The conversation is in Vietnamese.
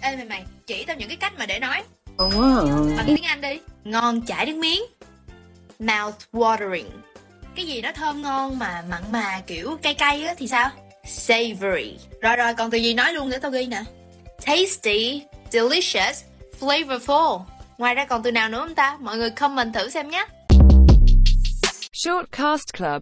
ê mày mày chỉ tao những cái cách mà để nói ngon quá bằng tiếng anh đi ngon chảy nước miếng mouth watering cái gì nó thơm ngon mà mặn mà kiểu cay cay á thì sao savory rồi rồi còn từ gì nói luôn để tao ghi nè tasty delicious flavorful ngoài ra còn từ nào nữa không ta mọi người comment thử xem nhé Shortcast Club